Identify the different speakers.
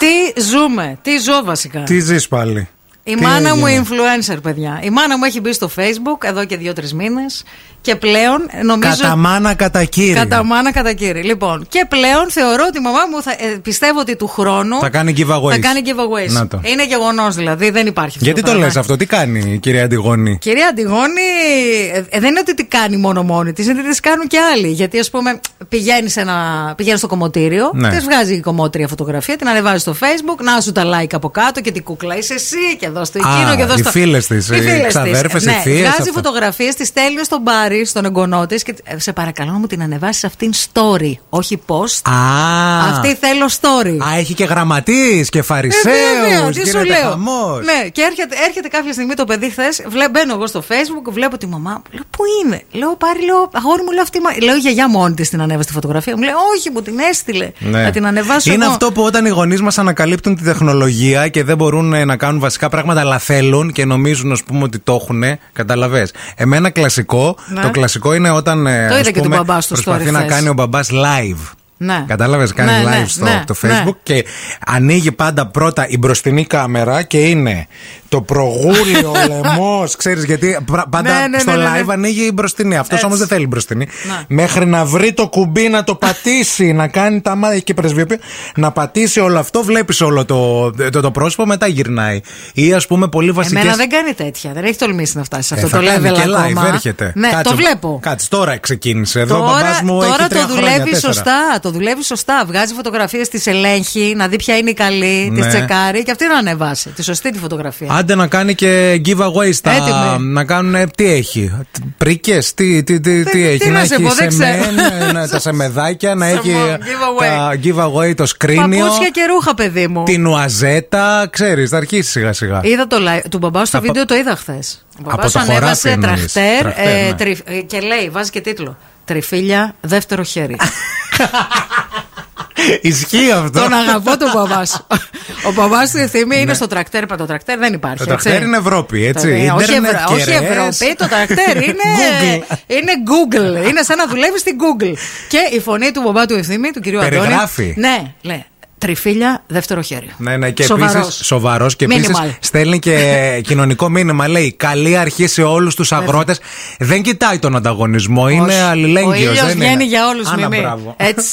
Speaker 1: τι ζούμε, τι ζω βασικά.
Speaker 2: Τι ζεις πάλι.
Speaker 1: Η
Speaker 2: Τι
Speaker 1: μάνα μου
Speaker 2: έγινε?
Speaker 1: influencer, παιδιά. Η μάνα μου έχει μπει στο Facebook εδώ και δύο-τρει μήνες και πλέον νομίζω.
Speaker 2: Κατά μάνα, κατά κύριο.
Speaker 1: Κατά μάνα, κατά κύρι. Λοιπόν, και πλέον θεωρώ ότι η μαμά μου θα, ε, πιστεύω ότι του χρόνου.
Speaker 2: Θα κάνει giveaways.
Speaker 1: Θα κάνει giveaways. Ε, ναι.
Speaker 2: Να το.
Speaker 1: Είναι γεγονός δηλαδή, δεν υπάρχει αυτό.
Speaker 2: Γιατί το
Speaker 1: πράγμα.
Speaker 2: λε αυτό, τι κάνει η κυρία Αντιγόνη.
Speaker 1: Κυρία Αντιγόνη, ε, δεν είναι ότι τη κάνει μόνο μόνη της, είναι ότι τη κάνουν και άλλοι. Γιατί, ας πούμε, πηγαίνεις, σε ένα, πηγαίνεις στο κομμωτήριο,
Speaker 2: Ναι.
Speaker 1: της βγάζει η κομμότρια φωτογραφία, την ανεβάζει στο Facebook, να σου τα like από κάτω και την κούκλα. Είσαι εσύ και εδώ στο
Speaker 2: Α,
Speaker 1: εκείνο και εδώ
Speaker 2: οι
Speaker 1: στο.
Speaker 2: φίλες της, οι
Speaker 1: φίλες της.
Speaker 2: ξαδέρφες, οι
Speaker 1: ναι,
Speaker 2: θείες,
Speaker 1: Βγάζει
Speaker 2: αυτά.
Speaker 1: φωτογραφίες, τη στέλνει στον μπάρι, στον εγγονό της και ε, σε παρακαλώ να μου την ανεβάσεις αυτήν story, όχι post.
Speaker 2: Α,
Speaker 1: Αυτή θέλω story.
Speaker 2: α, έχει και γραμματείς και
Speaker 1: Ε, βέβαια,
Speaker 2: φαρισαίους.
Speaker 1: τι σου λέω. Ναι, και έρχεται, έρχεται κάποια στιγμή το παιδί χθες. Μπαίνω εγώ στο Facebook, βλέπω τη μαμά. Λέω, Πού είναι. Λέω, Πάρει, λέω, αγόρι μου, λέω αυτή. η μα-». Λέω, η γιαγιά μόνη της την ανέβασε τη φωτογραφία. Μου λέει, Όχι, μου την έστειλε.
Speaker 2: Ναι.
Speaker 1: Να την ανεβάσω.
Speaker 2: Είναι
Speaker 1: εγώ».
Speaker 2: αυτό που όταν οι γονείς μας ανακαλύπτουν τη τεχνολογία και δεν μπορούν ε, να κάνουν βασικά πράγματα, αλλά θέλουν και νομίζουν, ας πούμε, ότι το έχουν. Καταλαβέ. Εμένα κλασικό,
Speaker 1: Ναι.
Speaker 2: το κλασικό είναι όταν. Το
Speaker 1: είδα και τον μπαμπά στο
Speaker 2: Προσπαθεί
Speaker 1: story
Speaker 2: να
Speaker 1: χθες.
Speaker 2: κάνει ο μπαμπάς live.
Speaker 1: Ναι.
Speaker 2: Κατάλαβες, κάνει
Speaker 1: Ναι,
Speaker 2: live
Speaker 1: ναι,
Speaker 2: στο
Speaker 1: ναι,
Speaker 2: το
Speaker 1: ναι.
Speaker 2: Facebook και ανοίγει πάντα πρώτα η μπροστινή κάμερα και είναι το προγούλιο, ο λαιμός. Ξέρεις, γιατί πρα- πάντα
Speaker 1: Ναι, ναι,
Speaker 2: στο
Speaker 1: ναι, ναι, ναι.
Speaker 2: live ανοίγει η μπροστινή. Αυτός
Speaker 1: Έτσι.
Speaker 2: όμω δεν θέλει μπροστινή.
Speaker 1: Ναι.
Speaker 2: Μέχρι να βρει το κουμπί, να το πατήσει, να κάνει τα μάτια και πρεσβειοποιεί. Να πατήσει όλο αυτό, βλέπεις όλο το, το, το πρόσωπο, μετά γυρνάει. Ή ας πούμε πολύ βασικές.
Speaker 1: Εμένα δεν κάνει τέτοια. Δεν έχει τολμήσει να φτάσει σε αυτό το
Speaker 2: Ε, θα κάνει
Speaker 1: level
Speaker 2: και live,
Speaker 1: ακόμα.
Speaker 2: έρχεται.
Speaker 1: Ναι,
Speaker 2: Κάτσε,
Speaker 1: το βλέπω.
Speaker 2: Κάτσε, τώρα ξεκίνησε. Εδώ ο
Speaker 1: τώρα
Speaker 2: μπαμπάς μου
Speaker 1: τώρα
Speaker 2: έχει
Speaker 1: το
Speaker 2: τρία
Speaker 1: δουλεύει
Speaker 2: χρόνια, τέσσερα.
Speaker 1: σωστά. Το δουλεύει σωστά. Βγάζει φωτογραφίες, τις ελέγχει, να δει ποια είναι η καλή, τις
Speaker 2: Ναι.
Speaker 1: τσεκάρει και αυτή να ανεβάσει. Τη σωστή τη φωτογραφία.
Speaker 2: Άντε να κάνει και giveaway στα.
Speaker 1: Έτοιμοι.
Speaker 2: Να κάνουν. ε, Τι έχει. Πρίκες, τι, τι, τι, τι
Speaker 1: τι
Speaker 2: έχει.
Speaker 1: να σε
Speaker 2: έχει
Speaker 1: πω, δεν ξέρω.
Speaker 2: σεμέν, να- τα σεμεδάκια, να
Speaker 1: Σε
Speaker 2: έχει
Speaker 1: μόνο
Speaker 2: τα giveaway, το σκρίνιο.
Speaker 1: Παπούτσια και ρούχα, παιδί μου.
Speaker 2: Την ουαζέτα, ξέρεις, θα αρχίσει σιγά σιγά.
Speaker 1: Είδα το live του μπαμπά στο
Speaker 2: Από-
Speaker 1: βίντεο, το είδα χθες. Ο
Speaker 2: Από
Speaker 1: μπαμπάς
Speaker 2: το
Speaker 1: σου
Speaker 2: χωράφι
Speaker 1: ανέβασε
Speaker 2: εννοείς.
Speaker 1: τραχτέρ
Speaker 2: Τραχτέρ,
Speaker 1: ε,
Speaker 2: ναι.
Speaker 1: τρι- ε, και λέει, βάζει και τίτλο. Τριφύλια, δεύτερο χέρι.
Speaker 2: Ισχύει αυτό.
Speaker 1: Ε, Τον αγαπώ τον μπαμπά σου. Ο μπαμπά στη θυμή είναι στο τρακτέρ, είπα το τρακτέρ δεν υπάρχει.
Speaker 2: Ναι. Το
Speaker 1: έτσι.
Speaker 2: τρακτέρ είναι Ευρώπη, έτσι.
Speaker 1: Το- ε, Όχι,
Speaker 2: Ιντερνετ
Speaker 1: Ευρω- όχι
Speaker 2: κεραίες.
Speaker 1: Ευρώπη, το τρακτέρ είναι
Speaker 2: Google.
Speaker 1: είναι Google. Είναι σαν να δουλεύεις στην Google. Και η φωνή του μπαμπά του ευθύμη, του κυρίου Αντώνη.
Speaker 2: Περιγράφει.
Speaker 1: Ναι, λέει. Τριφύλια, δεύτερο χέρι.
Speaker 2: Ναι, ναι, και
Speaker 1: Σοβαρός.
Speaker 2: επίσης σοβαρός και επίσης
Speaker 1: Minimal.
Speaker 2: στέλνει και κοινωνικό μήνυμα. Λέει καλή αρχή σε όλους τους αγρότες. Δεν κοιτάει τον ανταγωνισμό, είναι
Speaker 1: Ο
Speaker 2: αλληλέγγυος.
Speaker 1: ήλιος
Speaker 2: δεν
Speaker 1: βγαίνει
Speaker 2: είναι.
Speaker 1: για όλους
Speaker 2: Άννα,
Speaker 1: μιμή.
Speaker 2: μπράβο.
Speaker 1: Έτσι.